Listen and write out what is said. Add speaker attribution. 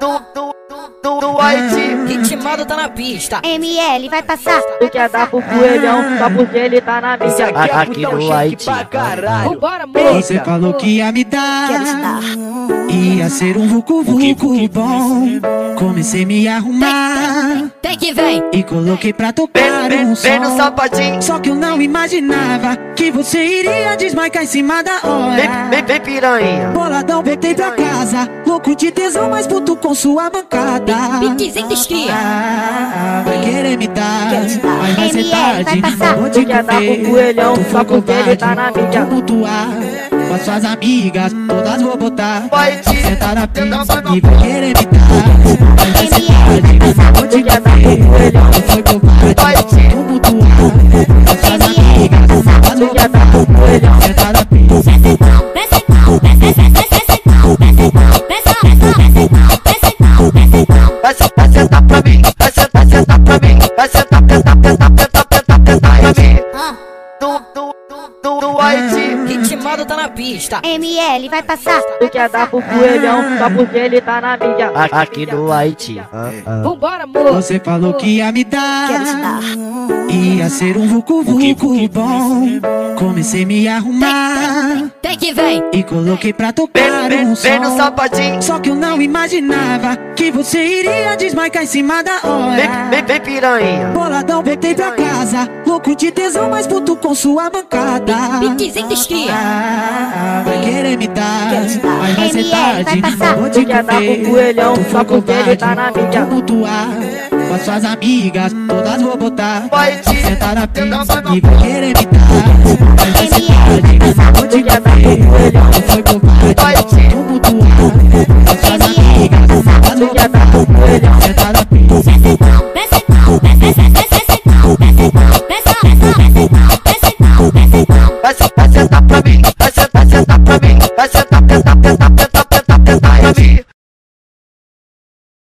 Speaker 1: do, do, do, do Haiti.
Speaker 2: Ritmado tá na pista.
Speaker 3: ML vai passar.
Speaker 4: Tu quer dar pro coelhão, só porque ele tá na
Speaker 5: Esse
Speaker 4: missa.
Speaker 5: aqui é
Speaker 1: Aqui
Speaker 5: putão
Speaker 1: no
Speaker 5: chique
Speaker 1: Haiti.
Speaker 5: pra caralho.
Speaker 2: Vambora,
Speaker 6: Você
Speaker 2: moça.
Speaker 6: falou que ia me
Speaker 3: Quero te
Speaker 6: dar,
Speaker 3: dar.
Speaker 6: ia ser um vucu vucu bom. Comecei a me arrumar
Speaker 2: Tem que vem.
Speaker 6: e coloquei pra
Speaker 1: Vem,
Speaker 6: tocar
Speaker 1: vem,
Speaker 6: um
Speaker 1: vem no
Speaker 6: som.
Speaker 1: sapatinho.
Speaker 6: Só que eu não imaginava que você iria desmarcar em cima da
Speaker 5: Ah.
Speaker 1: Vem,
Speaker 6: hora.
Speaker 1: vem, vem piranha.
Speaker 6: Boladão, voltei pra casa, louco de tesão, mas puto com sua bancada.
Speaker 2: Pitizinho de esquia.
Speaker 6: Ah, Vai querer me dar, mas vai ser
Speaker 3: ML, vai
Speaker 6: tarde.
Speaker 3: passar.
Speaker 6: Vou te
Speaker 4: Tu quer dar pro
Speaker 6: comer,
Speaker 4: coelhão,
Speaker 6: tu
Speaker 4: só porque ele tá na
Speaker 6: covarde,
Speaker 4: mídia.
Speaker 6: vou Tumultuar com as suas amigas, todas vou botar.
Speaker 1: Vai te
Speaker 6: Sentar na
Speaker 1: tentar
Speaker 6: pista
Speaker 1: mais
Speaker 6: e vai querer me dar, mas vai ser
Speaker 3: ML,
Speaker 6: tarde. Vou te comer, tu foi
Speaker 1: Vai
Speaker 6: covarde.
Speaker 1: te-
Speaker 6: Vou Tumultuar com as suas amigas, todas vou botar. Sentar na pista.
Speaker 1: Vai sentar, sentar pra mim. Vai sentar, sentar pra mim. Vai sentar, sentar, sentar, sentar, sentar, sentar pra mim. Hum, Do, do, do, do, do Haiti.
Speaker 2: Ritmado tá na pista.
Speaker 3: ML vai passar.
Speaker 4: Tu quer dar pro coelhão, só porque ele tá na mídia.
Speaker 5: Ah,
Speaker 1: Aqui Ah, no Haiti.
Speaker 2: Vambora, moça.
Speaker 6: Você falou que ia me
Speaker 3: Quero te
Speaker 6: dar.
Speaker 3: dar.
Speaker 6: Ia ser um vucu vucu bom. Comecei a me arrumar
Speaker 2: Tem que vem.
Speaker 6: e coloquei pra
Speaker 1: Vem,
Speaker 6: tocar
Speaker 1: vem,
Speaker 6: um
Speaker 1: vem no
Speaker 6: som.
Speaker 1: sapatinho.
Speaker 6: Só que eu não imaginava que você iria desmarcar em cima da
Speaker 5: Ah.
Speaker 1: Vem,
Speaker 6: hora.
Speaker 1: vem, vem piranha.
Speaker 6: Boladão, voltei pra casa, louco de tesão, mas puto com sua bancada.
Speaker 2: Pitizinho de esquia.
Speaker 6: Ah, Vai querer me dar, mas vai ser
Speaker 3: ML, vai
Speaker 6: tarde.
Speaker 3: passar.
Speaker 6: Vou te
Speaker 4: Tu quer dar pro
Speaker 6: comer,
Speaker 4: coelhão,
Speaker 6: tu
Speaker 4: só
Speaker 6: foi
Speaker 4: porque ele tá na
Speaker 6: covarde.
Speaker 4: mídia.
Speaker 6: Vou Tumultuar com as suas amigas, todas vou botar.
Speaker 1: Vai te
Speaker 6: Sentar na
Speaker 1: tentar
Speaker 6: pista
Speaker 1: mais
Speaker 6: e vai querer me dar, mas vai ser tarde. Vou te comer, tu foi covarde.
Speaker 1: Vai te-
Speaker 6: Tumultuar com as suas amigas, todas vou botar.